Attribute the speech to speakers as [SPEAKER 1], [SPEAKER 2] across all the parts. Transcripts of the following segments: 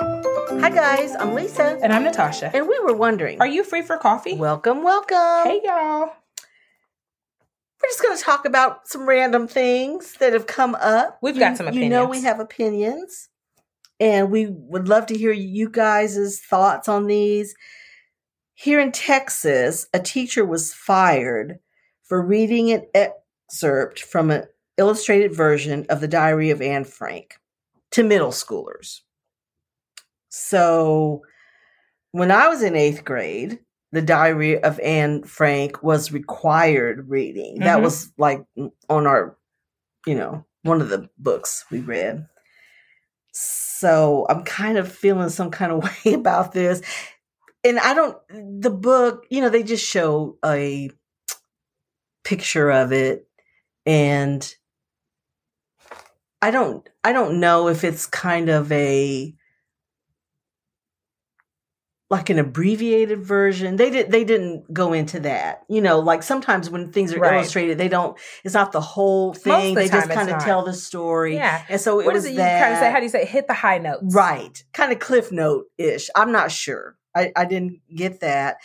[SPEAKER 1] Hi, guys. I'm Lisa.
[SPEAKER 2] And I'm Natasha.
[SPEAKER 1] And we were wondering
[SPEAKER 2] Are you free for coffee?
[SPEAKER 1] welcome, welcome.
[SPEAKER 2] hey, y'all.
[SPEAKER 1] We're just going to talk about some random things that have come up.
[SPEAKER 2] We've
[SPEAKER 1] You-
[SPEAKER 2] got some
[SPEAKER 1] You know, we
[SPEAKER 2] opinions.
[SPEAKER 1] have opinions, and we would love to hear you guys' thoughts on these. Here in Texas, a teacher was fired for reading an excerpt from an illustrated version of the Diary of Anne Frank to middle schoolers. So, when I was in eighth grade, the Diary of Anne Frank was required reading. That
[SPEAKER 2] Mhm.
[SPEAKER 1] was like on our, you know, one of the books we read. So I'm kind of feeling some kind of way about this. And I don't, the book, you know, they just show a picture of it and I don't, I don't know if it's kind of a, like an abbreviated version. They did they didn't go into that. You know, like sometimes when things are
[SPEAKER 2] Right.
[SPEAKER 1] illustrated, they don't it's not the whole thing.
[SPEAKER 2] Most of the
[SPEAKER 1] they just
[SPEAKER 2] time it's
[SPEAKER 1] kind of
[SPEAKER 2] not.
[SPEAKER 1] tell the story.
[SPEAKER 2] Yeah.
[SPEAKER 1] And so it
[SPEAKER 2] What
[SPEAKER 1] was
[SPEAKER 2] is it you
[SPEAKER 1] that
[SPEAKER 2] kind of say? How do you say it? Hit the high notes.
[SPEAKER 1] right, kind of cliff note ish. I'm not sure. I, I didn't get that.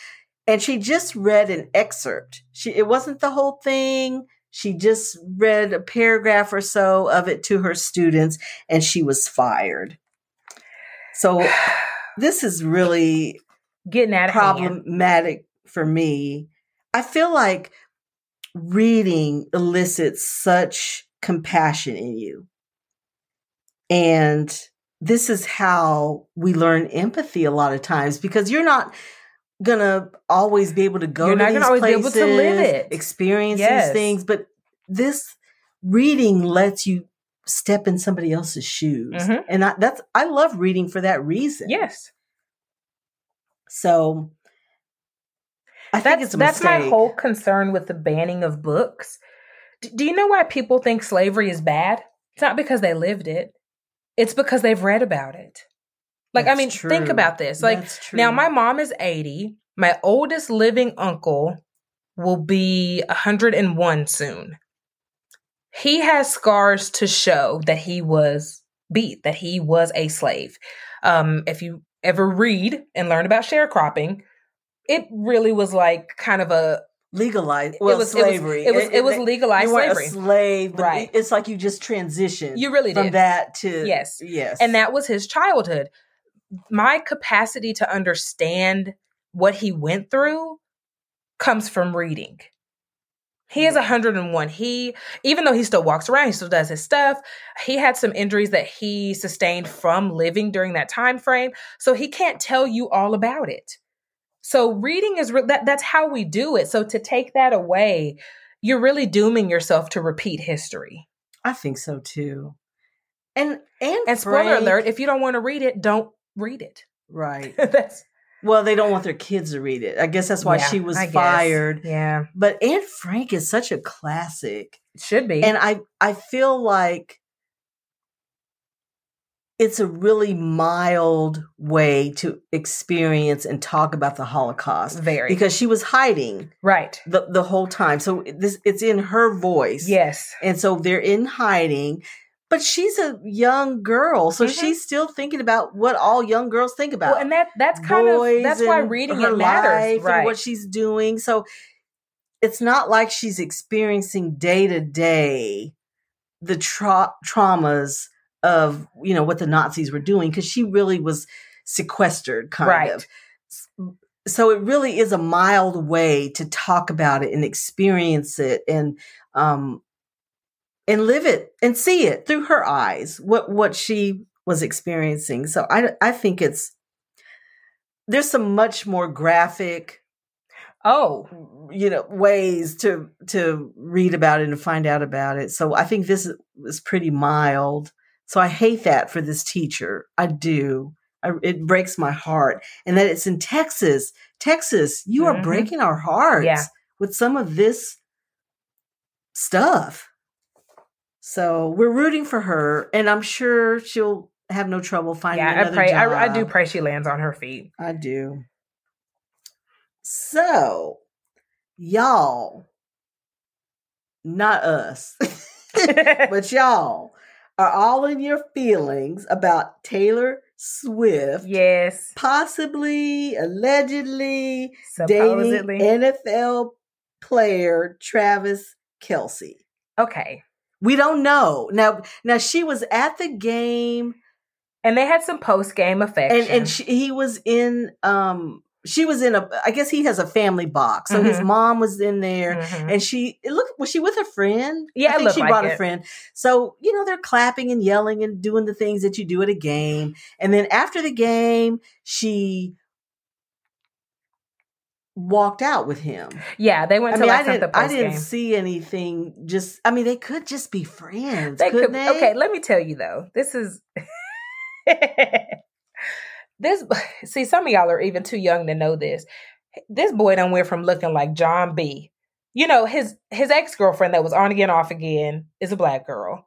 [SPEAKER 1] And she just read an excerpt. She it wasn't the whole thing. She just read a paragraph or so of it to her students, and she was fired. So this is really
[SPEAKER 2] Getting at problem.
[SPEAKER 1] problematic for me. I feel like reading elicits such compassion in you. And this is how we learn empathy a lot of times because you're not gonna always be able to go
[SPEAKER 2] You're
[SPEAKER 1] to
[SPEAKER 2] not gonna
[SPEAKER 1] these
[SPEAKER 2] always be able
[SPEAKER 1] places,
[SPEAKER 2] to live it.
[SPEAKER 1] experience these
[SPEAKER 2] Yes.
[SPEAKER 1] things, but this reading lets you step in somebody else's shoes.
[SPEAKER 2] Mhm.
[SPEAKER 1] And I, that's I love reading for that reason.
[SPEAKER 2] Yes.
[SPEAKER 1] So I think it's a
[SPEAKER 2] that's my
[SPEAKER 1] mistake.
[SPEAKER 2] whole concern with the banning of books. D- do you know why people think slavery is bad? It's not because they lived it. It's because they've read about it. Like I
[SPEAKER 1] That's
[SPEAKER 2] mean, think
[SPEAKER 1] true.
[SPEAKER 2] about this. Like
[SPEAKER 1] That's true.
[SPEAKER 2] Now, my mom is 80. My oldest living uncle will be 101 soon. He has scars to show that he was beat, that he was a slave. Um, if you ever read and learn about sharecropping, it really was like kind of a
[SPEAKER 1] legalized well
[SPEAKER 2] it was
[SPEAKER 1] slavery.
[SPEAKER 2] It was it was, it was legalized
[SPEAKER 1] you weren't
[SPEAKER 2] slavery,
[SPEAKER 1] a slave, but
[SPEAKER 2] Right.
[SPEAKER 1] It's like you just transitioned.
[SPEAKER 2] You really
[SPEAKER 1] from
[SPEAKER 2] did.
[SPEAKER 1] that to
[SPEAKER 2] Yes.
[SPEAKER 1] yes,
[SPEAKER 2] and that was his childhood. My capacity to understand what he went through comes from reading. He is 101. He, even though he still walks around, he still does his stuff. He had some injuries that he sustained from living during that time frame, so he can't tell you all about it. So reading is re- that that's how we do it. So to take that away, you're really dooming yourself to repeat history.
[SPEAKER 1] I think so too. And and
[SPEAKER 2] And spoiler
[SPEAKER 1] Frank-
[SPEAKER 2] alert: if you don't want to read it, don't read it.
[SPEAKER 1] right?
[SPEAKER 2] that's
[SPEAKER 1] Well, they don't want their kids to read it. I guess that's why
[SPEAKER 2] Yeah,
[SPEAKER 1] she was
[SPEAKER 2] I guess.
[SPEAKER 1] fired.
[SPEAKER 2] Yeah,
[SPEAKER 1] But Anne Frank is such a classic.
[SPEAKER 2] it should be.
[SPEAKER 1] and i i feel like it's a really mild way to experience and talk about the holocaust
[SPEAKER 2] very
[SPEAKER 1] because she was hiding
[SPEAKER 2] right.
[SPEAKER 1] the, the whole time so this it's in her voice
[SPEAKER 2] Yes,
[SPEAKER 1] and so they're in hiding but she's a young girl so
[SPEAKER 2] Mhm.
[SPEAKER 1] she's still thinking about what all young girls think about
[SPEAKER 2] well, and that that's kind of
[SPEAKER 1] boys
[SPEAKER 2] that's why
[SPEAKER 1] and
[SPEAKER 2] reading
[SPEAKER 1] her
[SPEAKER 2] it matters,
[SPEAKER 1] life
[SPEAKER 2] right?
[SPEAKER 1] and what she's doing. So it's not like she's experiencing day to day the tra- traumas of you know what the Nazis were doing because she really was sequestered, kind
[SPEAKER 2] Right.
[SPEAKER 1] of. S- So it really is a mild way to talk about it and experience it and um and live it and see it through her eyes what what she was experiencing. So I I think it's there's some much more graphic
[SPEAKER 2] oh,
[SPEAKER 1] you know ways to to read about it and find out about it so i think this is pretty mild so i hate that for this teacher i do I, it breaks my heart and that it's in texas texas you are
[SPEAKER 2] Mhm.
[SPEAKER 1] breaking our hearts
[SPEAKER 2] Yeah.
[SPEAKER 1] with some of this stuff so we're rooting for her and i'm sure she'll have no trouble finding
[SPEAKER 2] yeah, I
[SPEAKER 1] another
[SPEAKER 2] pray.
[SPEAKER 1] job.
[SPEAKER 2] I, I do pray she lands on her feet.
[SPEAKER 1] I do. So, y'all, not us, but y'all are all in your feelings about Taylor Swift
[SPEAKER 2] yes,
[SPEAKER 1] possibly, allegedly dating
[SPEAKER 2] supposedly.
[SPEAKER 1] NFL player Travis Kelsey.
[SPEAKER 2] okay,
[SPEAKER 1] We don't know now. Now she was at the game,
[SPEAKER 2] and they had some post game affection.
[SPEAKER 1] and and she, he was in. Um, she was in a. I guess he has a family box, so his
[SPEAKER 2] Mhm.
[SPEAKER 1] mom was in there.
[SPEAKER 2] Mhm.
[SPEAKER 1] And she it looked was she with a friend? I
[SPEAKER 2] Yeah, it
[SPEAKER 1] think
[SPEAKER 2] looked
[SPEAKER 1] she
[SPEAKER 2] like
[SPEAKER 1] brought a
[SPEAKER 2] it.
[SPEAKER 1] friend. So you know they're clapping and yelling and doing the things that you do at a game. And then after the game, she walked out with him.
[SPEAKER 2] yeah, they went
[SPEAKER 1] I
[SPEAKER 2] to
[SPEAKER 1] mean, I
[SPEAKER 2] like some of the
[SPEAKER 1] didn't, I
[SPEAKER 2] post
[SPEAKER 1] didn't
[SPEAKER 2] game.
[SPEAKER 1] see anything. Just I mean, they could just be friends.
[SPEAKER 2] They
[SPEAKER 1] couldn't
[SPEAKER 2] could.
[SPEAKER 1] they?
[SPEAKER 2] Okay, let me tell you though. This is this. See, some of y'all are even too young to know this. This boy done went from looking like John B. You know his his ex girlfriend that was on again off again is a black girl,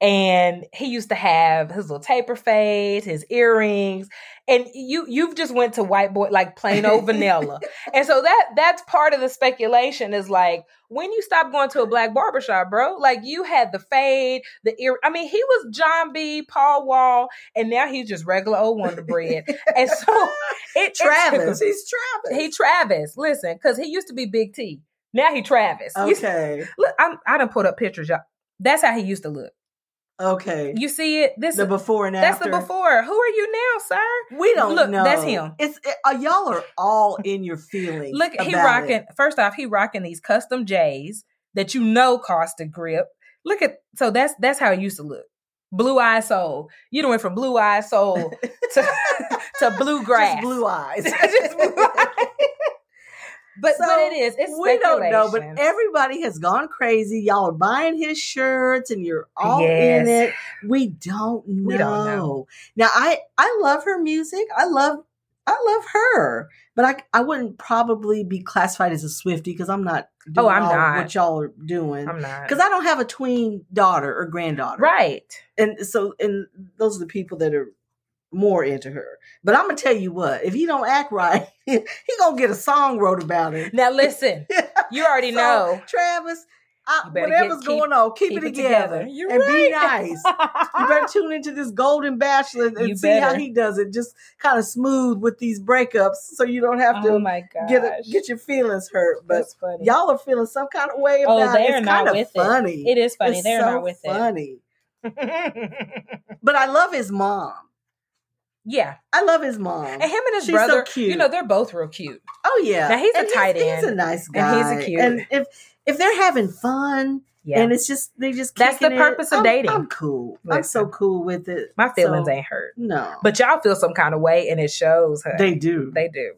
[SPEAKER 2] and he used to have his little taper fade, his earrings, and you you've just went to white boy like plain old vanilla, and so that that's part of the speculation is like when you stop going to a black barbershop, bro, like you had the fade, the ear. I mean, he was John B, Paul Wall, and now he's just regular old Wonder Bread. and so it, it took
[SPEAKER 1] Travis.
[SPEAKER 2] him-
[SPEAKER 1] He's Travis.
[SPEAKER 2] he Travis. Listen, because he used to be Big T. Now he Travis. You see-
[SPEAKER 1] okay.
[SPEAKER 2] look, I'm, I done put up pictures, y'all. That's how he used to look.
[SPEAKER 1] Okay.
[SPEAKER 2] You see it? This
[SPEAKER 1] the before and
[SPEAKER 2] that's
[SPEAKER 1] after.
[SPEAKER 2] the before. Who are you now, sir?
[SPEAKER 1] We don't
[SPEAKER 2] Look,
[SPEAKER 1] know.
[SPEAKER 2] that's him.
[SPEAKER 1] It's it, uh, y'all are all in your feelings.
[SPEAKER 2] Look, he
[SPEAKER 1] about
[SPEAKER 2] rocking.
[SPEAKER 1] it.
[SPEAKER 2] First off, he rocking these custom J's that you know cost a grip. Look at so that's that's how it used to look. Blue eye soul. You done went from blue eye soul to to blue grass.
[SPEAKER 1] Just blue eyes.
[SPEAKER 2] Just blue eyes. But but
[SPEAKER 1] So,
[SPEAKER 2] it is. It's
[SPEAKER 1] we don't know, but
[SPEAKER 2] speculation.
[SPEAKER 1] everybody has gone crazy. Y'all are buying his shirts, and you're all in
[SPEAKER 2] Yes.
[SPEAKER 1] it. We don't know.
[SPEAKER 2] We don't know.
[SPEAKER 1] Now, I I love her music. I love I love her, but I I wouldn't probably be classified as a Swifty because I'm not. Doing
[SPEAKER 2] Oh, I'm
[SPEAKER 1] all
[SPEAKER 2] not.
[SPEAKER 1] What y'all are doing?
[SPEAKER 2] I'm not
[SPEAKER 1] Because I don't have a tween daughter or granddaughter.
[SPEAKER 2] right.
[SPEAKER 1] and so and those are the people that are more into her. But I'm gonna tell you what: if he don't act right, he gonna get a song wrote about it.
[SPEAKER 2] Now listen, you already
[SPEAKER 1] So,
[SPEAKER 2] know.
[SPEAKER 1] Travis. I,
[SPEAKER 2] You better get-
[SPEAKER 1] whatever's
[SPEAKER 2] keep-
[SPEAKER 1] going on, keep,
[SPEAKER 2] keep
[SPEAKER 1] it
[SPEAKER 2] it
[SPEAKER 1] together,
[SPEAKER 2] together. You're
[SPEAKER 1] and be
[SPEAKER 2] right.
[SPEAKER 1] nice. You better tune into this Golden Bachelor and
[SPEAKER 2] You
[SPEAKER 1] see how
[SPEAKER 2] better.
[SPEAKER 1] he does it. Just kind of smooth with these breakups, so you don't have
[SPEAKER 2] oh
[SPEAKER 1] to
[SPEAKER 2] my gosh.
[SPEAKER 1] get a, get your feelings hurt. But
[SPEAKER 2] That's funny.
[SPEAKER 1] y'all are feeling some kind of way
[SPEAKER 2] Oh,
[SPEAKER 1] about
[SPEAKER 2] they
[SPEAKER 1] it.
[SPEAKER 2] are
[SPEAKER 1] It's
[SPEAKER 2] not
[SPEAKER 1] kind of
[SPEAKER 2] with it.
[SPEAKER 1] funny.
[SPEAKER 2] it is funny.
[SPEAKER 1] It's
[SPEAKER 2] They're
[SPEAKER 1] so
[SPEAKER 2] not with
[SPEAKER 1] funny.
[SPEAKER 2] it.
[SPEAKER 1] But I love his mom.
[SPEAKER 2] yeah.
[SPEAKER 1] I love his mom.
[SPEAKER 2] And him and his
[SPEAKER 1] She's so
[SPEAKER 2] brother,
[SPEAKER 1] cute.
[SPEAKER 2] you know, they're both real cute.
[SPEAKER 1] Oh yeah,
[SPEAKER 2] Now, he's a
[SPEAKER 1] And
[SPEAKER 2] tight
[SPEAKER 1] He's a
[SPEAKER 2] end,
[SPEAKER 1] nice guy,
[SPEAKER 2] and he's a cute-
[SPEAKER 1] And if if they're having fun,
[SPEAKER 2] Yeah.
[SPEAKER 1] and it's just they just
[SPEAKER 2] That's the
[SPEAKER 1] kicking it,
[SPEAKER 2] purpose of
[SPEAKER 1] I'm-
[SPEAKER 2] dating.
[SPEAKER 1] I'm cool. I'm so
[SPEAKER 2] Listen.
[SPEAKER 1] cool with it.
[SPEAKER 2] My feelings
[SPEAKER 1] So,
[SPEAKER 2] ain't hurt.
[SPEAKER 1] no,
[SPEAKER 2] But y'all feel some kind of way and it shows her.
[SPEAKER 1] they do.
[SPEAKER 2] They do.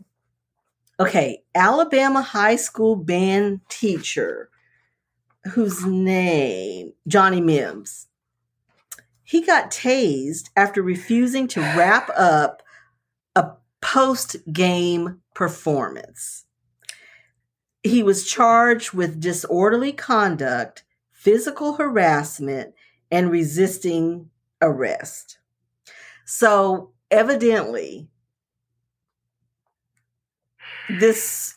[SPEAKER 1] okay, Alabama high school band teacher, whose name Johnny Mims. He got tased after refusing to wrap up a post game performance. He was charged with disorderly conduct, physical harassment, and resisting arrest. So, evidently, this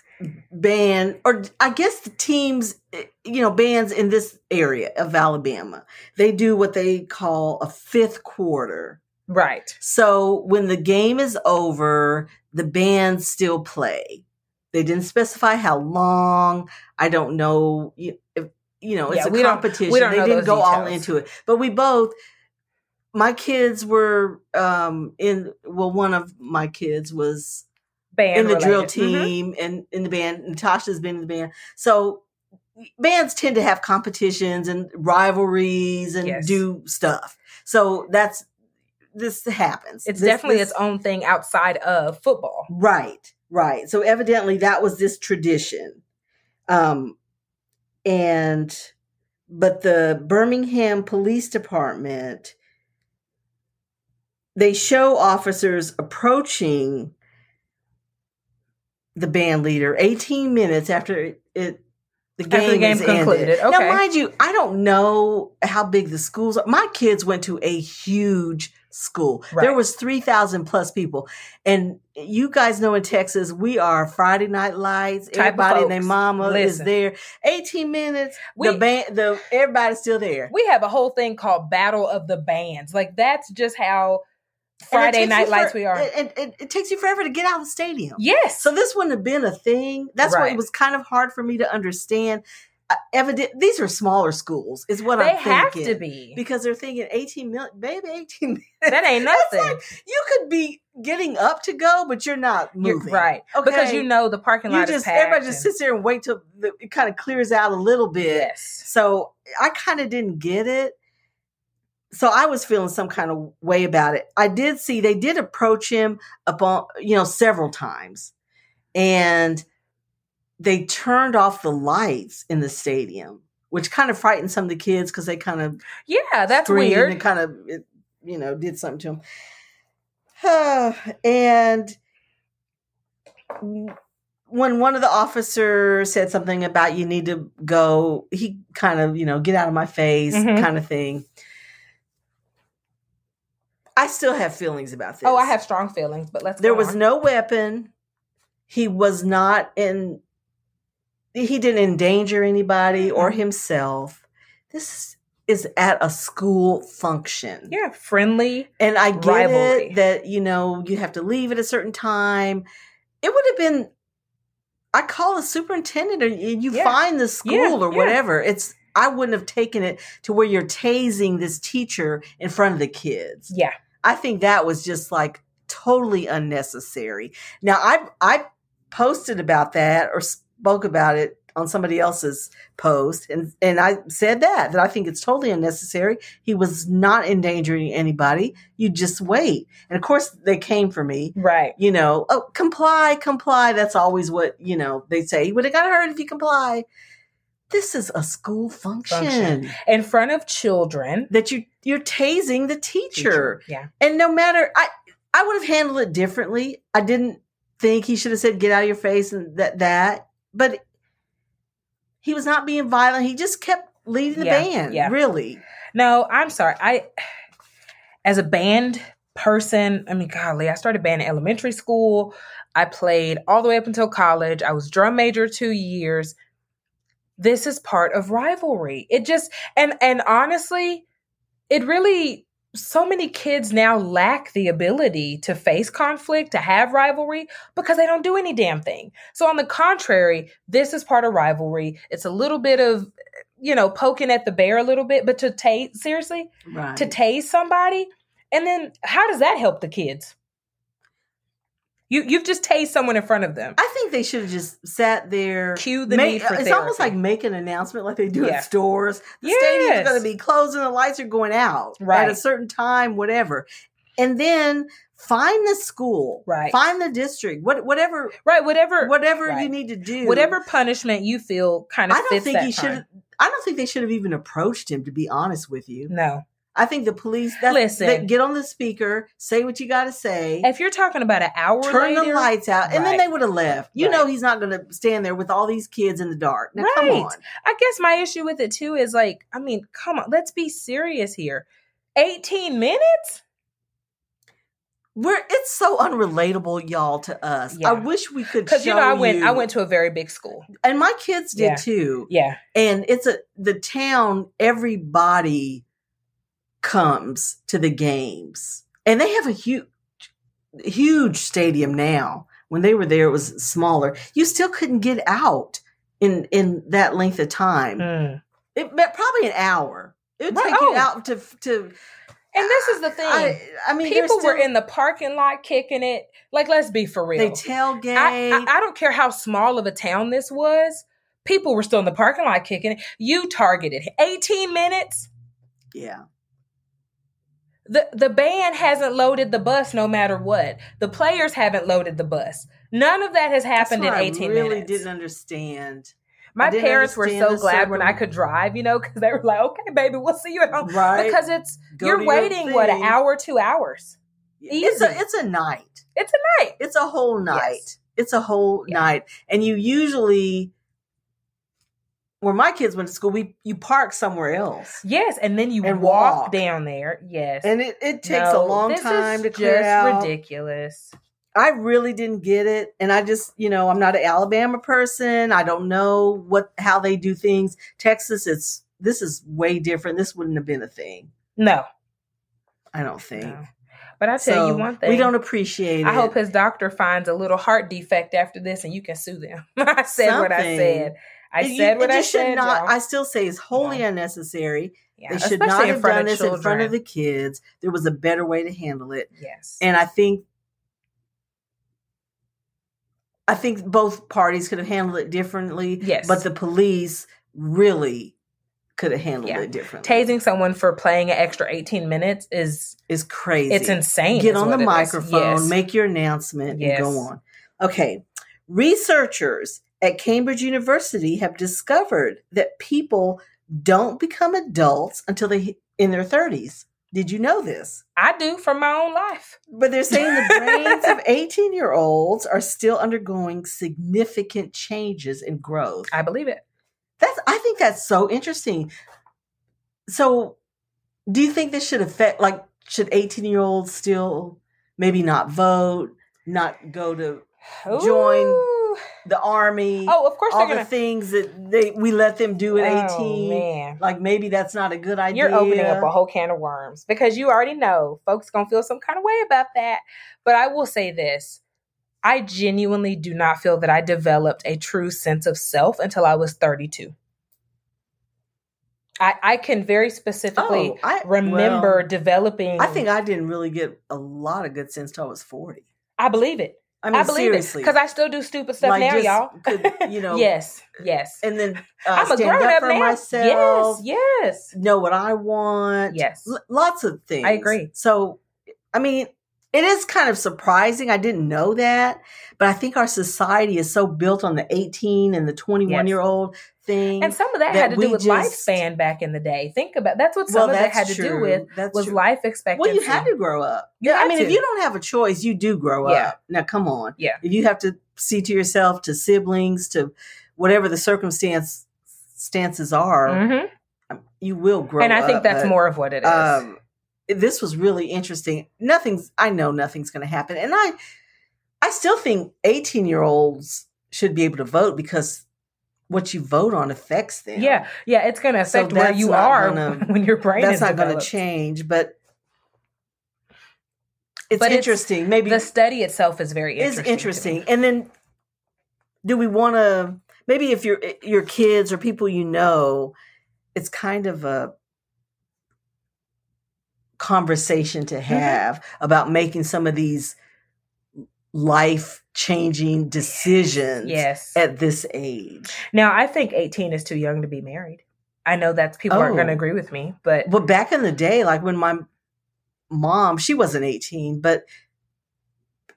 [SPEAKER 1] band, or I guess the teams, eh, you know, bands in this area of Alabama, they do what they call a fifth quarter.
[SPEAKER 2] Right.
[SPEAKER 1] So when the game is over, the band still play. They didn't specify how long. I don't know you- if you know it's
[SPEAKER 2] Yeah,
[SPEAKER 1] a
[SPEAKER 2] we don't-
[SPEAKER 1] competition.
[SPEAKER 2] we don't
[SPEAKER 1] they
[SPEAKER 2] know
[SPEAKER 1] didn't
[SPEAKER 2] those
[SPEAKER 1] go all
[SPEAKER 2] details.
[SPEAKER 1] into it, but we both. My kids were um in well, one of my kids was
[SPEAKER 2] Band
[SPEAKER 1] in the drill
[SPEAKER 2] related. Mhm.
[SPEAKER 1] team and in the band. Natasha's been in the band. So bands tend to have competitions and rivalries and
[SPEAKER 2] Yes.
[SPEAKER 1] do stuff. So that's this happens.
[SPEAKER 2] It's
[SPEAKER 1] This-
[SPEAKER 2] definitely
[SPEAKER 1] this-
[SPEAKER 2] its own thing outside of football.
[SPEAKER 1] right, right. So evidently that was this tradition. Um and but the Birmingham Police Department they show officers approaching the band leader 18 minutes after it, it the
[SPEAKER 2] After
[SPEAKER 1] game,
[SPEAKER 2] the game
[SPEAKER 1] is ended.
[SPEAKER 2] concluded, okay.
[SPEAKER 1] Now, mind you, I don't know how big the schools are. My kids went to a huge school.
[SPEAKER 2] Right.
[SPEAKER 1] There was 3,000 plus people. And you guys know in Texas, we are Friday night lights.
[SPEAKER 2] Type of
[SPEAKER 1] everybody and their
[SPEAKER 2] folks.
[SPEAKER 1] mama is
[SPEAKER 2] Listen.
[SPEAKER 1] there. 18 minutes.
[SPEAKER 2] We-
[SPEAKER 1] the band, the, everybody's still there.
[SPEAKER 2] We have a whole thing called Battle of the Bands. Like that's just how
[SPEAKER 1] And it
[SPEAKER 2] Friday
[SPEAKER 1] takes you
[SPEAKER 2] Night Lights
[SPEAKER 1] for-
[SPEAKER 2] we are.
[SPEAKER 1] And and- it takes you forever to get out of the stadium.
[SPEAKER 2] yes.
[SPEAKER 1] So this wouldn't have been a thing. That's why
[SPEAKER 2] Right.
[SPEAKER 1] it was kind of hard for me to understand. Uh, evident, these are smaller schools, is what
[SPEAKER 2] they
[SPEAKER 1] I'm thinking.
[SPEAKER 2] have to be.
[SPEAKER 1] because they're thinking 18 million, baby, 18 million.
[SPEAKER 2] that ain't nothing.
[SPEAKER 1] You could be getting up to go, but you're not
[SPEAKER 2] You're
[SPEAKER 1] moving.
[SPEAKER 2] right. Because
[SPEAKER 1] Okay.
[SPEAKER 2] you know the parking lot
[SPEAKER 1] You
[SPEAKER 2] is
[SPEAKER 1] just
[SPEAKER 2] packed.
[SPEAKER 1] everybody just
[SPEAKER 2] and-
[SPEAKER 1] sits there and wait till the, it kind of clears out a little bit.
[SPEAKER 2] Yes.
[SPEAKER 1] So I kind of didn't get it. So I was feeling some kind of way about it. I did see they did approach him upon you know several times, and they turned off the lights in the stadium, which kind of frightened some of the kids because they kind of
[SPEAKER 2] Yeah, that's
[SPEAKER 1] screamed
[SPEAKER 2] weird.
[SPEAKER 1] and kind of it, you know did something to him Huh, and when one of the officers said something about you need to go he kind of you know get out of my face
[SPEAKER 2] Mhm.
[SPEAKER 1] kind of thing i still have feelings about this
[SPEAKER 2] Oh, I have strong feelings, but let's
[SPEAKER 1] there
[SPEAKER 2] go
[SPEAKER 1] was
[SPEAKER 2] on.
[SPEAKER 1] no weapon he was not in he didn't endanger anybody or
[SPEAKER 2] Mm-hmm.
[SPEAKER 1] himself this is at a school function
[SPEAKER 2] Yeah, friendly.
[SPEAKER 1] and i get
[SPEAKER 2] Rivalry.
[SPEAKER 1] it that you know you have to leave at a certain time it would have been i call the superintendent or you you
[SPEAKER 2] Yeah.
[SPEAKER 1] find the school
[SPEAKER 2] Yeah,
[SPEAKER 1] or
[SPEAKER 2] yeah.
[SPEAKER 1] whatever it's i wouldn't have taken it to where you're tasing this teacher in front of the kids
[SPEAKER 2] Yeah.
[SPEAKER 1] I think that was just like totally unnecessary. Now I I posted about that or spoke about it on somebody else's post and and I said that that I think it's totally unnecessary. He was not endangering anybody. You just wait. And of course they came for me.
[SPEAKER 2] Right.
[SPEAKER 1] You know, oh comply, comply. That's always what, you know, they say. You would have got hurt if you comply. This is a school function,
[SPEAKER 2] Function. In front of children.
[SPEAKER 1] that you you're tasing the teacher
[SPEAKER 2] Yeah.
[SPEAKER 1] and no matter i i would have handled it differently i didn't think he should have said get out of your face and that that but he was not being violent he just kept leading the
[SPEAKER 2] Yeah,
[SPEAKER 1] band
[SPEAKER 2] yeah.
[SPEAKER 1] really
[SPEAKER 2] No, I'm sorry. I as a band person, I mean, golly, I started band in elementary school. I played all the way up until college. I was drum major two years. This is part of rivalry. It just and and honestly, it really so many kids now lack the ability to face conflict, to have rivalry because they don't do any damn thing. So on the contrary, this is part of rivalry. It's a little bit of you know, poking at the bear a little bit, but to take seriously,
[SPEAKER 1] right
[SPEAKER 2] to tase somebody and then how does that help the kids you you've just tased someone in front of them
[SPEAKER 1] i think they should have just sat there
[SPEAKER 2] cue the
[SPEAKER 1] Ma-
[SPEAKER 2] need for
[SPEAKER 1] it's
[SPEAKER 2] therapy.
[SPEAKER 1] almost like make an announcement like they do
[SPEAKER 2] Yeah.
[SPEAKER 1] at stores the
[SPEAKER 2] Yes.
[SPEAKER 1] stadium's going to be closed and the lights are going out
[SPEAKER 2] Right.
[SPEAKER 1] at a certain time whatever and then find the school
[SPEAKER 2] Right.
[SPEAKER 1] find the district what, whatever
[SPEAKER 2] right whatever
[SPEAKER 1] whatever you
[SPEAKER 2] Right.
[SPEAKER 1] need to do
[SPEAKER 2] whatever punishment you feel kind of
[SPEAKER 1] I don't
[SPEAKER 2] fits
[SPEAKER 1] think
[SPEAKER 2] that
[SPEAKER 1] he should.
[SPEAKER 2] time.
[SPEAKER 1] I don't think they should have even approached him. To be honest with you,
[SPEAKER 2] no
[SPEAKER 1] I think the police. That's,
[SPEAKER 2] Listen.
[SPEAKER 1] they- get on the speaker, say what you got to say,
[SPEAKER 2] if you're talking about an hour
[SPEAKER 1] turn
[SPEAKER 2] later,
[SPEAKER 1] the lights out, and
[SPEAKER 2] Right.
[SPEAKER 1] then they would have left. You know,
[SPEAKER 2] Right.
[SPEAKER 1] he's not going to stand there with all these kids in the dark. Now, come
[SPEAKER 2] Right.
[SPEAKER 1] on,
[SPEAKER 2] i guess my issue with it too is like i mean come on let's be serious here 18 minutes
[SPEAKER 1] we're it's so unrelatable, y'all, to us.
[SPEAKER 2] Yeah.
[SPEAKER 1] I wish we could
[SPEAKER 2] because
[SPEAKER 1] show
[SPEAKER 2] you know i went i
[SPEAKER 1] you-
[SPEAKER 2] went to a very big school
[SPEAKER 1] and my kids did
[SPEAKER 2] Yeah.
[SPEAKER 1] too.
[SPEAKER 2] yeah
[SPEAKER 1] And it's a the town. Everybody comes to the games, and they have a huge, huge stadium now. When they were there, it was smaller. You still couldn't get out in in that length of time.
[SPEAKER 2] Mm.
[SPEAKER 1] It meant probably an hour. It would
[SPEAKER 2] Right.
[SPEAKER 1] take you
[SPEAKER 2] Oh.
[SPEAKER 1] out to to.
[SPEAKER 2] and this is the thing
[SPEAKER 1] I, I mean, they're
[SPEAKER 2] people were
[SPEAKER 1] still-
[SPEAKER 2] in the parking lot kicking it. Like, let's be for real.
[SPEAKER 1] They
[SPEAKER 2] I,
[SPEAKER 1] tailgate.
[SPEAKER 2] I, I don't care how small of a town this was. People were still in the parking lot kicking it. You targeted him. 18 minutes.
[SPEAKER 1] yeah,
[SPEAKER 2] The the band hasn't loaded the bus no matter what. The players haven't loaded the bus. None of that has happened
[SPEAKER 1] That's
[SPEAKER 2] in
[SPEAKER 1] what
[SPEAKER 2] 18
[SPEAKER 1] I really
[SPEAKER 2] minutes.
[SPEAKER 1] didn't understand. I
[SPEAKER 2] My
[SPEAKER 1] didn't
[SPEAKER 2] parents were
[SPEAKER 1] understand
[SPEAKER 2] so
[SPEAKER 1] the
[SPEAKER 2] glad when I
[SPEAKER 1] circle.
[SPEAKER 2] could drive, you know, because they were like, okay, baby, we'll see you at home.
[SPEAKER 1] Right?
[SPEAKER 2] Oh, Because it's,
[SPEAKER 1] Go
[SPEAKER 2] you're
[SPEAKER 1] to your
[SPEAKER 2] waiting, what, an
[SPEAKER 1] thing.
[SPEAKER 2] hour, two hours?
[SPEAKER 1] It's a
[SPEAKER 2] easy.
[SPEAKER 1] it's a night.
[SPEAKER 2] It's a night.
[SPEAKER 1] It's a whole night. It's a whole
[SPEAKER 2] Yeah.
[SPEAKER 1] night. And you usually where my kids went to school, we you park somewhere else.
[SPEAKER 2] Yes, and then you
[SPEAKER 1] And
[SPEAKER 2] walk,
[SPEAKER 1] walk.
[SPEAKER 2] down there. Yes,
[SPEAKER 1] And it, it takes a
[SPEAKER 2] No,
[SPEAKER 1] long
[SPEAKER 2] this is
[SPEAKER 1] time to clear
[SPEAKER 2] just
[SPEAKER 1] out.
[SPEAKER 2] Ridiculous.
[SPEAKER 1] I really didn't get it, and I just, you know, I'm not an Alabama person. I don't know what how they do things. Texas, it's this is way different. This wouldn't have been a thing.
[SPEAKER 2] No,
[SPEAKER 1] I don't think.
[SPEAKER 2] no. But I tell you
[SPEAKER 1] So,
[SPEAKER 2] one thing.
[SPEAKER 1] we don't appreciate.
[SPEAKER 2] I
[SPEAKER 1] it.
[SPEAKER 2] hope his doctor finds a little heart defect after this, and you can sue them. I said what I
[SPEAKER 1] Something.
[SPEAKER 2] said. I
[SPEAKER 1] It- you-
[SPEAKER 2] said what
[SPEAKER 1] it
[SPEAKER 2] I
[SPEAKER 1] just should
[SPEAKER 2] said.
[SPEAKER 1] not.
[SPEAKER 2] y'all.
[SPEAKER 1] I still say it's wholly unnecessary.
[SPEAKER 2] Yeah,
[SPEAKER 1] they should
[SPEAKER 2] especially
[SPEAKER 1] not
[SPEAKER 2] in
[SPEAKER 1] have
[SPEAKER 2] front
[SPEAKER 1] done
[SPEAKER 2] of
[SPEAKER 1] this in front
[SPEAKER 2] children.
[SPEAKER 1] of the kids. There was a better way to handle it,
[SPEAKER 2] Yes.
[SPEAKER 1] and I think, I think both parties could have handled it differently.
[SPEAKER 2] Yes.
[SPEAKER 1] but the police really could have handled
[SPEAKER 2] Yeah.
[SPEAKER 1] it differently.
[SPEAKER 2] Tasing someone for playing an extra 18 minutes is
[SPEAKER 1] is crazy.
[SPEAKER 2] it's insane.
[SPEAKER 1] Get
[SPEAKER 2] is
[SPEAKER 1] on the
[SPEAKER 2] what it is.
[SPEAKER 1] microphone,
[SPEAKER 2] Yes.
[SPEAKER 1] make your announcement,
[SPEAKER 2] Yes.
[SPEAKER 1] and go on. Okay. Researchers at Cambridge University have discovered that people don't become adults until they hit- in their 30s. Did you know this?
[SPEAKER 2] I do from my own life.
[SPEAKER 1] But they're saying the brains of 18 year olds are still undergoing significant changes in growth.
[SPEAKER 2] I believe it.
[SPEAKER 1] That's I think that's so interesting. So do you think this should affect like should 18 year olds still maybe not vote, not go to Join-
[SPEAKER 2] Ooh.
[SPEAKER 1] the army,
[SPEAKER 2] Oh, of course
[SPEAKER 1] all
[SPEAKER 2] they're
[SPEAKER 1] the
[SPEAKER 2] gonna.
[SPEAKER 1] things that they we let them do at
[SPEAKER 2] Oh,
[SPEAKER 1] 18?
[SPEAKER 2] man.
[SPEAKER 1] Like maybe that's not a good idea.
[SPEAKER 2] You're opening up a whole can of worms because you already know folks gonna feel some kind of way about that. But I will say this. I genuinely do not feel that I developed a true sense of self until I was 32. I, I can very specifically
[SPEAKER 1] Oh, I
[SPEAKER 2] remember
[SPEAKER 1] well,
[SPEAKER 2] developing.
[SPEAKER 1] I think I didn't really get a lot of good sense till I was 40.
[SPEAKER 2] I believe it.
[SPEAKER 1] I
[SPEAKER 2] I,
[SPEAKER 1] mean
[SPEAKER 2] believe
[SPEAKER 1] seriously.
[SPEAKER 2] it because I still do stupid stuff
[SPEAKER 1] Like,
[SPEAKER 2] now,
[SPEAKER 1] just
[SPEAKER 2] y'all.
[SPEAKER 1] could, you know,
[SPEAKER 2] yes, yes.
[SPEAKER 1] and then uh,
[SPEAKER 2] I'm a
[SPEAKER 1] stand
[SPEAKER 2] grown
[SPEAKER 1] up
[SPEAKER 2] up
[SPEAKER 1] for
[SPEAKER 2] now.
[SPEAKER 1] myself.
[SPEAKER 2] Yes, yes.
[SPEAKER 1] know what I want.
[SPEAKER 2] Yes.
[SPEAKER 1] L- lots of things.
[SPEAKER 2] I agree.
[SPEAKER 1] So, I mean, it is kind of surprising. I didn't know that, but I think our society is so built on the 18 and the 21
[SPEAKER 2] Yes.
[SPEAKER 1] year old thing.
[SPEAKER 2] And some of that,
[SPEAKER 1] that
[SPEAKER 2] had to do
[SPEAKER 1] we
[SPEAKER 2] with
[SPEAKER 1] just-
[SPEAKER 2] lifespan back in the day. Think about that's what some
[SPEAKER 1] well,
[SPEAKER 2] of that
[SPEAKER 1] that's
[SPEAKER 2] had to
[SPEAKER 1] true.
[SPEAKER 2] do with
[SPEAKER 1] that's
[SPEAKER 2] was
[SPEAKER 1] true.
[SPEAKER 2] life expectancy.
[SPEAKER 1] Well, you had to grow up.
[SPEAKER 2] You
[SPEAKER 1] yeah, I
[SPEAKER 2] had
[SPEAKER 1] mean, if
[SPEAKER 2] to.
[SPEAKER 1] you don't have a choice, you do grow
[SPEAKER 2] Yeah.
[SPEAKER 1] up. Now, come on.
[SPEAKER 2] Yeah.
[SPEAKER 1] If you have to see to yourself, to siblings, to whatever the circumstance stances are,
[SPEAKER 2] Mhm.
[SPEAKER 1] you will grow.
[SPEAKER 2] And I think
[SPEAKER 1] up,
[SPEAKER 2] that's
[SPEAKER 1] but-
[SPEAKER 2] more of what it is.
[SPEAKER 1] um, this was really interesting. Nothing's I know nothing's going to happen, and I I still think eighteen year olds should be able to vote because what you vote on affects them.
[SPEAKER 2] yeah, yeah. It's going to
[SPEAKER 1] So
[SPEAKER 2] affect where
[SPEAKER 1] that's
[SPEAKER 2] you
[SPEAKER 1] not
[SPEAKER 2] are
[SPEAKER 1] gonna-
[SPEAKER 2] when your brain
[SPEAKER 1] that's
[SPEAKER 2] is
[SPEAKER 1] not going to
[SPEAKER 2] developed.
[SPEAKER 1] change, but it's
[SPEAKER 2] But it's-
[SPEAKER 1] interesting. Maybe
[SPEAKER 2] The study itself is very
[SPEAKER 1] is
[SPEAKER 2] interesting. to me.
[SPEAKER 1] interesting. And then, do we want to? Maybe if your your kids or people you know, it's kind of a conversation
[SPEAKER 2] Mm-hmm.
[SPEAKER 1] to have about making some of these life changing decisions
[SPEAKER 2] Yes.
[SPEAKER 1] at this age.
[SPEAKER 2] Now I think 18 is too young to be married. I know that people aren't
[SPEAKER 1] Oh.
[SPEAKER 2] going to agree with me, but
[SPEAKER 1] But back in the day, like when my mom, she wasn't eighteen, but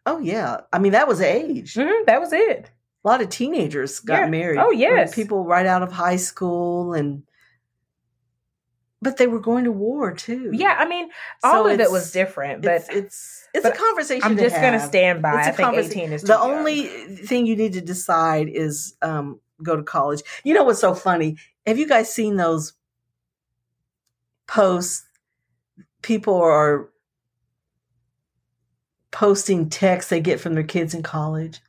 [SPEAKER 1] oh yeah, I mean that was the age.
[SPEAKER 2] mhm, that was it.
[SPEAKER 1] a lot of teenagers got
[SPEAKER 2] Yeah.
[SPEAKER 1] married.
[SPEAKER 2] Oh, yes.
[SPEAKER 1] people right out of high school and but they were going to war too.
[SPEAKER 2] Yeah, I mean,
[SPEAKER 1] So
[SPEAKER 2] all of it
[SPEAKER 1] it's-
[SPEAKER 2] was different, but
[SPEAKER 1] it's it's, it's
[SPEAKER 2] but
[SPEAKER 1] a conversation.
[SPEAKER 2] I'm
[SPEAKER 1] to
[SPEAKER 2] just going to
[SPEAKER 1] have.
[SPEAKER 2] stand by.
[SPEAKER 1] It's
[SPEAKER 2] I
[SPEAKER 1] a
[SPEAKER 2] think
[SPEAKER 1] conversa-
[SPEAKER 2] 18 is too
[SPEAKER 1] The
[SPEAKER 2] young.
[SPEAKER 1] only thing you need to decide is um, go to college. You know what's so funny? Have you guys seen those posts? People are posting texts they get from their kids in college.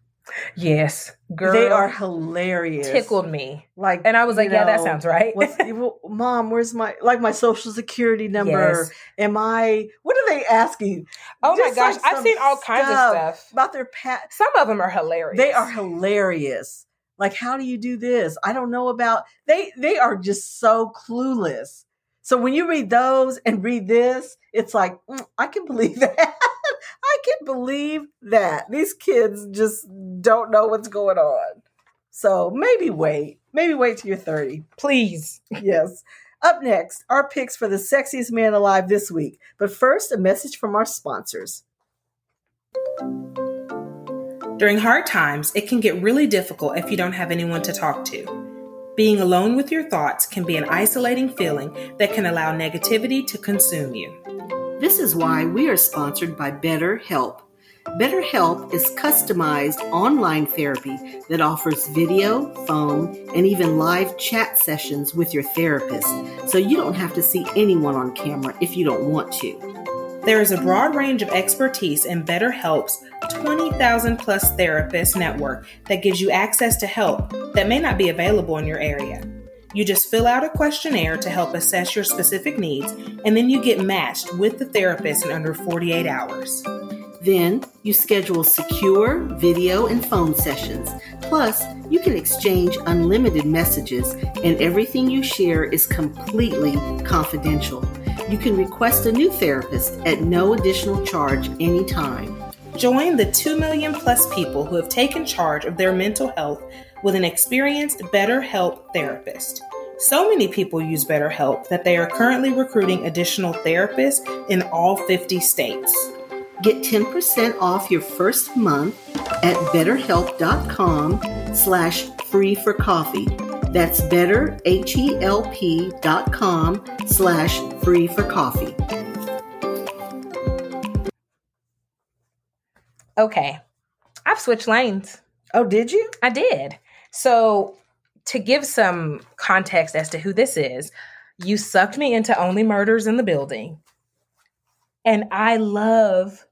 [SPEAKER 2] yes, girl,
[SPEAKER 1] they are hilarious.
[SPEAKER 2] tickled me,
[SPEAKER 1] Like,
[SPEAKER 2] and I was
[SPEAKER 1] you
[SPEAKER 2] like, yeah, that
[SPEAKER 1] know,
[SPEAKER 2] sounds right.
[SPEAKER 1] What's, well, mom, where's my like my social security number?
[SPEAKER 2] Yes.
[SPEAKER 1] Am I? What are they asking
[SPEAKER 2] Oh my
[SPEAKER 1] Just like
[SPEAKER 2] gosh, I've
[SPEAKER 1] some
[SPEAKER 2] seen all kinds of
[SPEAKER 1] stuff.
[SPEAKER 2] stuff.
[SPEAKER 1] about their pat?
[SPEAKER 2] Some of them are hilarious.
[SPEAKER 1] They are hilarious. Like, how do you do this? I don't know about they. They are just so clueless. So when you read those and read this, it's like mm, I can believe that. I can believe that these kids just don't know what's going on. So maybe wait. Maybe wait till you're thirty.
[SPEAKER 2] Please,
[SPEAKER 1] yes. Up next, our picks for the sexiest man alive this week. But first, a message from our sponsors.
[SPEAKER 2] during hard times, it can get really difficult if you don't have anyone to talk to. Being alone with your thoughts can be an isolating feeling that can allow negativity to consume you.
[SPEAKER 1] This is why we are sponsored by BetterHelp.
[SPEAKER 3] BetterHelp is customized online therapy that offers video, phone, and even live chat sessions with your therapist, so you don't have to see anyone on camera if you don't want to.
[SPEAKER 2] There is a broad range of expertise in BetterHelp's 20,000 plus therapist network that gives you access to help that may not be available in your area. You just fill out a questionnaire to help assess your specific needs, and then you get matched with the therapist in under 48 hours.
[SPEAKER 3] Then you schedule secure video and phone sessions. Plus, you can exchange unlimited messages, and everything you share is completely confidential. You can request a new therapist at no additional charge anytime.
[SPEAKER 2] Join the 2 million plus people who have taken charge of their mental health with an experienced BetterHelp therapist. So many people use BetterHelp that they are currently recruiting additional therapists in all 50 states.
[SPEAKER 3] Get 10% off your first month at betterhelp.com slash free for coffee. That's E betterhelp.com slash free for coffee.
[SPEAKER 2] Okay, I've switched lanes.
[SPEAKER 1] Oh, did you?
[SPEAKER 2] I did. So, to give some context as to who this is, you sucked me into Only Murders in the Building. And I love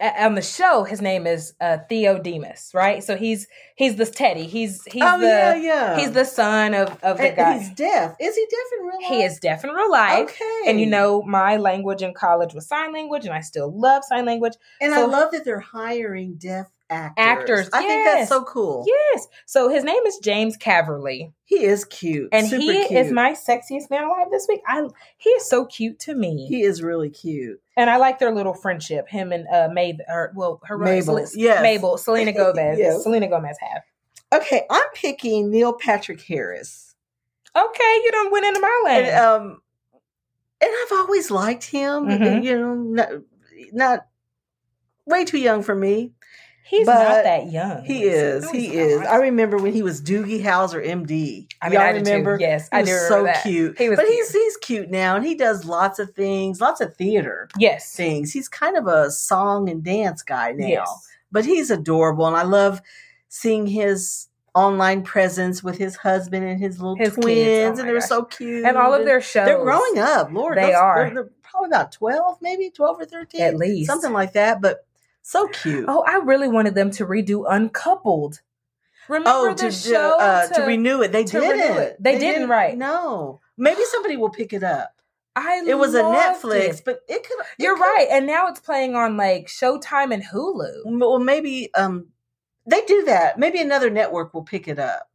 [SPEAKER 2] a- on the show his name is uh, Theo Demas, right? So he's he's this Teddy. He's he's
[SPEAKER 1] oh
[SPEAKER 2] the
[SPEAKER 1] yeah, yeah.
[SPEAKER 2] he's the son of of the
[SPEAKER 1] And- and he's
[SPEAKER 2] guy.
[SPEAKER 1] deaf. Is he deaf in real life?
[SPEAKER 2] He is deaf in real life.
[SPEAKER 1] Okay.
[SPEAKER 2] And you know, my language in college was sign language, and I still love sign language.
[SPEAKER 1] and I
[SPEAKER 2] so-
[SPEAKER 1] love that they're hiring deaf actors.
[SPEAKER 2] Actors,
[SPEAKER 1] I think that's
[SPEAKER 2] yes.
[SPEAKER 1] so cool.
[SPEAKER 2] Yes. So his name is James Caverly,
[SPEAKER 1] He is cute,
[SPEAKER 2] and
[SPEAKER 1] Super
[SPEAKER 2] he
[SPEAKER 1] cute.
[SPEAKER 2] is my sexiest man alive this week. I he is so cute to me,
[SPEAKER 1] He is really cute.
[SPEAKER 2] and I like their little friendship. Him and uh, Mabel, or well, her
[SPEAKER 1] Mabel,
[SPEAKER 2] Mabel,
[SPEAKER 1] yes.
[SPEAKER 2] Mabel, Selena Gomez,
[SPEAKER 1] Yes.
[SPEAKER 2] Selena Gomez have.
[SPEAKER 1] Okay, I'm picking Neil Patrick Harris,
[SPEAKER 2] Okay, you don't went into my lane.
[SPEAKER 1] and um, and I've always liked him.
[SPEAKER 2] Mhm.
[SPEAKER 1] You know, not, not way too young for me.
[SPEAKER 2] He's
[SPEAKER 1] but
[SPEAKER 2] not that young.
[SPEAKER 1] He is.
[SPEAKER 2] No,
[SPEAKER 1] he
[SPEAKER 2] he's
[SPEAKER 1] is.
[SPEAKER 2] not.
[SPEAKER 1] I remember when he was Doogie Howser, MD.
[SPEAKER 2] I mean,
[SPEAKER 1] Y'all
[SPEAKER 2] I do
[SPEAKER 1] remember?
[SPEAKER 2] Too. Yes,
[SPEAKER 1] He
[SPEAKER 2] I
[SPEAKER 1] was
[SPEAKER 2] do. remember
[SPEAKER 1] so
[SPEAKER 2] that.
[SPEAKER 1] cute.
[SPEAKER 2] He was.
[SPEAKER 1] but
[SPEAKER 2] cute.
[SPEAKER 1] he's he's cute now, and he does lots of things, lots of theater
[SPEAKER 2] yes.
[SPEAKER 1] things. He's kind of a song and dance guy now,
[SPEAKER 2] Yes.
[SPEAKER 1] but he's adorable, and I love seeing his online presence with his husband and his little
[SPEAKER 2] His kids. Oh
[SPEAKER 1] twins,
[SPEAKER 2] my
[SPEAKER 1] and they're
[SPEAKER 2] gosh.
[SPEAKER 1] so cute.
[SPEAKER 2] And all of their shows.
[SPEAKER 1] they're growing up. Lord,
[SPEAKER 2] They
[SPEAKER 1] those-
[SPEAKER 2] are.
[SPEAKER 1] They're, they're probably about twelve, maybe twelve or thirteen,
[SPEAKER 2] At least.
[SPEAKER 1] something like that. But so cute.
[SPEAKER 2] Oh, I really wanted them to redo Uncoupled. Remember
[SPEAKER 1] Oh, to,
[SPEAKER 2] the
[SPEAKER 1] do-
[SPEAKER 2] show
[SPEAKER 1] uh,
[SPEAKER 2] to,
[SPEAKER 1] to, renew it. They
[SPEAKER 2] to
[SPEAKER 1] didn't.
[SPEAKER 2] renew it. They didn't, right.
[SPEAKER 1] No. Maybe somebody will pick it up.
[SPEAKER 2] I
[SPEAKER 1] It was a
[SPEAKER 2] loved
[SPEAKER 1] Netflix,
[SPEAKER 2] it.
[SPEAKER 1] but it could. it
[SPEAKER 2] You're
[SPEAKER 1] could-
[SPEAKER 2] right, and now it's playing on like Showtime and Hulu.
[SPEAKER 1] Well, maybe um, they do that. Maybe another network will pick it up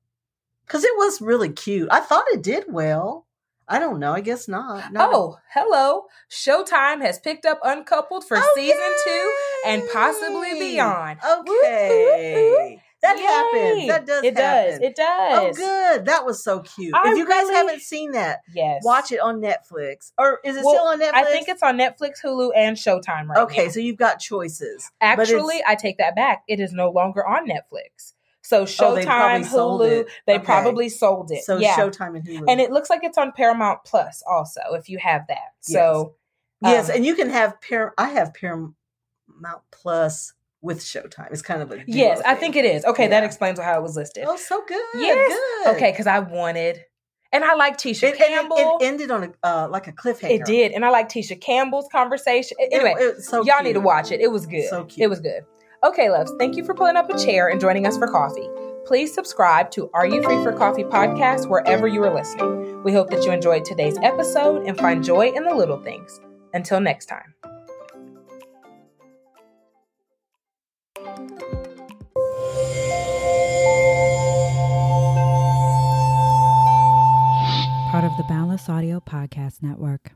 [SPEAKER 1] because it was really cute. I thought it did well. I don't know. I guess not. Not-
[SPEAKER 2] Oh, hello! Showtime has picked up Uncoupled for
[SPEAKER 1] Oh,
[SPEAKER 2] season two. and
[SPEAKER 1] Okay.
[SPEAKER 2] possibly beyond. Whoop, whoop,
[SPEAKER 1] Okay,
[SPEAKER 2] whoop.
[SPEAKER 1] that
[SPEAKER 2] Yay!
[SPEAKER 1] happens. That does.
[SPEAKER 2] It does.
[SPEAKER 1] happen.
[SPEAKER 2] It does.
[SPEAKER 1] Oh, good. That was so cute.
[SPEAKER 2] I
[SPEAKER 1] if you guys
[SPEAKER 2] really-
[SPEAKER 1] haven't seen that,
[SPEAKER 2] Yes.
[SPEAKER 1] watch it on Netflix, or is it
[SPEAKER 2] Well,
[SPEAKER 1] still on Netflix?
[SPEAKER 2] I think it's on Netflix, Hulu, and Showtime right
[SPEAKER 1] okay.
[SPEAKER 2] now.
[SPEAKER 1] So you've got choices. it's-
[SPEAKER 2] Actually, I take that back. It is no longer on Netflix. So
[SPEAKER 1] Oh, they probably
[SPEAKER 2] Showtime,
[SPEAKER 1] sold
[SPEAKER 2] Hulu,
[SPEAKER 1] it.
[SPEAKER 2] they
[SPEAKER 1] Okay.
[SPEAKER 2] probably sold it.
[SPEAKER 1] So
[SPEAKER 2] yeah.
[SPEAKER 1] Showtime and Hulu.
[SPEAKER 2] and it looks like it's on Paramount Plus also, if you have that. So
[SPEAKER 1] yes,
[SPEAKER 2] um,
[SPEAKER 1] and you can have Par- I have Paramount Plus with Showtime. It's kind of a duo
[SPEAKER 2] yes, I think it is. Okay, that
[SPEAKER 1] Yeah.
[SPEAKER 2] explains how it was listed.
[SPEAKER 1] Oh, so good.
[SPEAKER 2] Yes.
[SPEAKER 1] Good.
[SPEAKER 2] Okay, because I wanted, and I like Tisha
[SPEAKER 1] It, and
[SPEAKER 2] Campbell.
[SPEAKER 1] it, it ended on a uh, like a cliffhanger.
[SPEAKER 2] It did, and I like Tisha Campbell's conversation.
[SPEAKER 1] It-
[SPEAKER 2] Anyway,
[SPEAKER 1] it's so
[SPEAKER 2] Y'all
[SPEAKER 1] cute.
[SPEAKER 2] need to watch it. It was good.
[SPEAKER 1] So cute.
[SPEAKER 2] It was good. Okay, loves, thank you for pulling up a chair and joining us for coffee. Please subscribe to Are You Free for Coffee podcast wherever you are listening. We hope that you enjoyed today's episode and find joy in the little things. Until next time.
[SPEAKER 4] part of the Boundless Audio Podcast Network.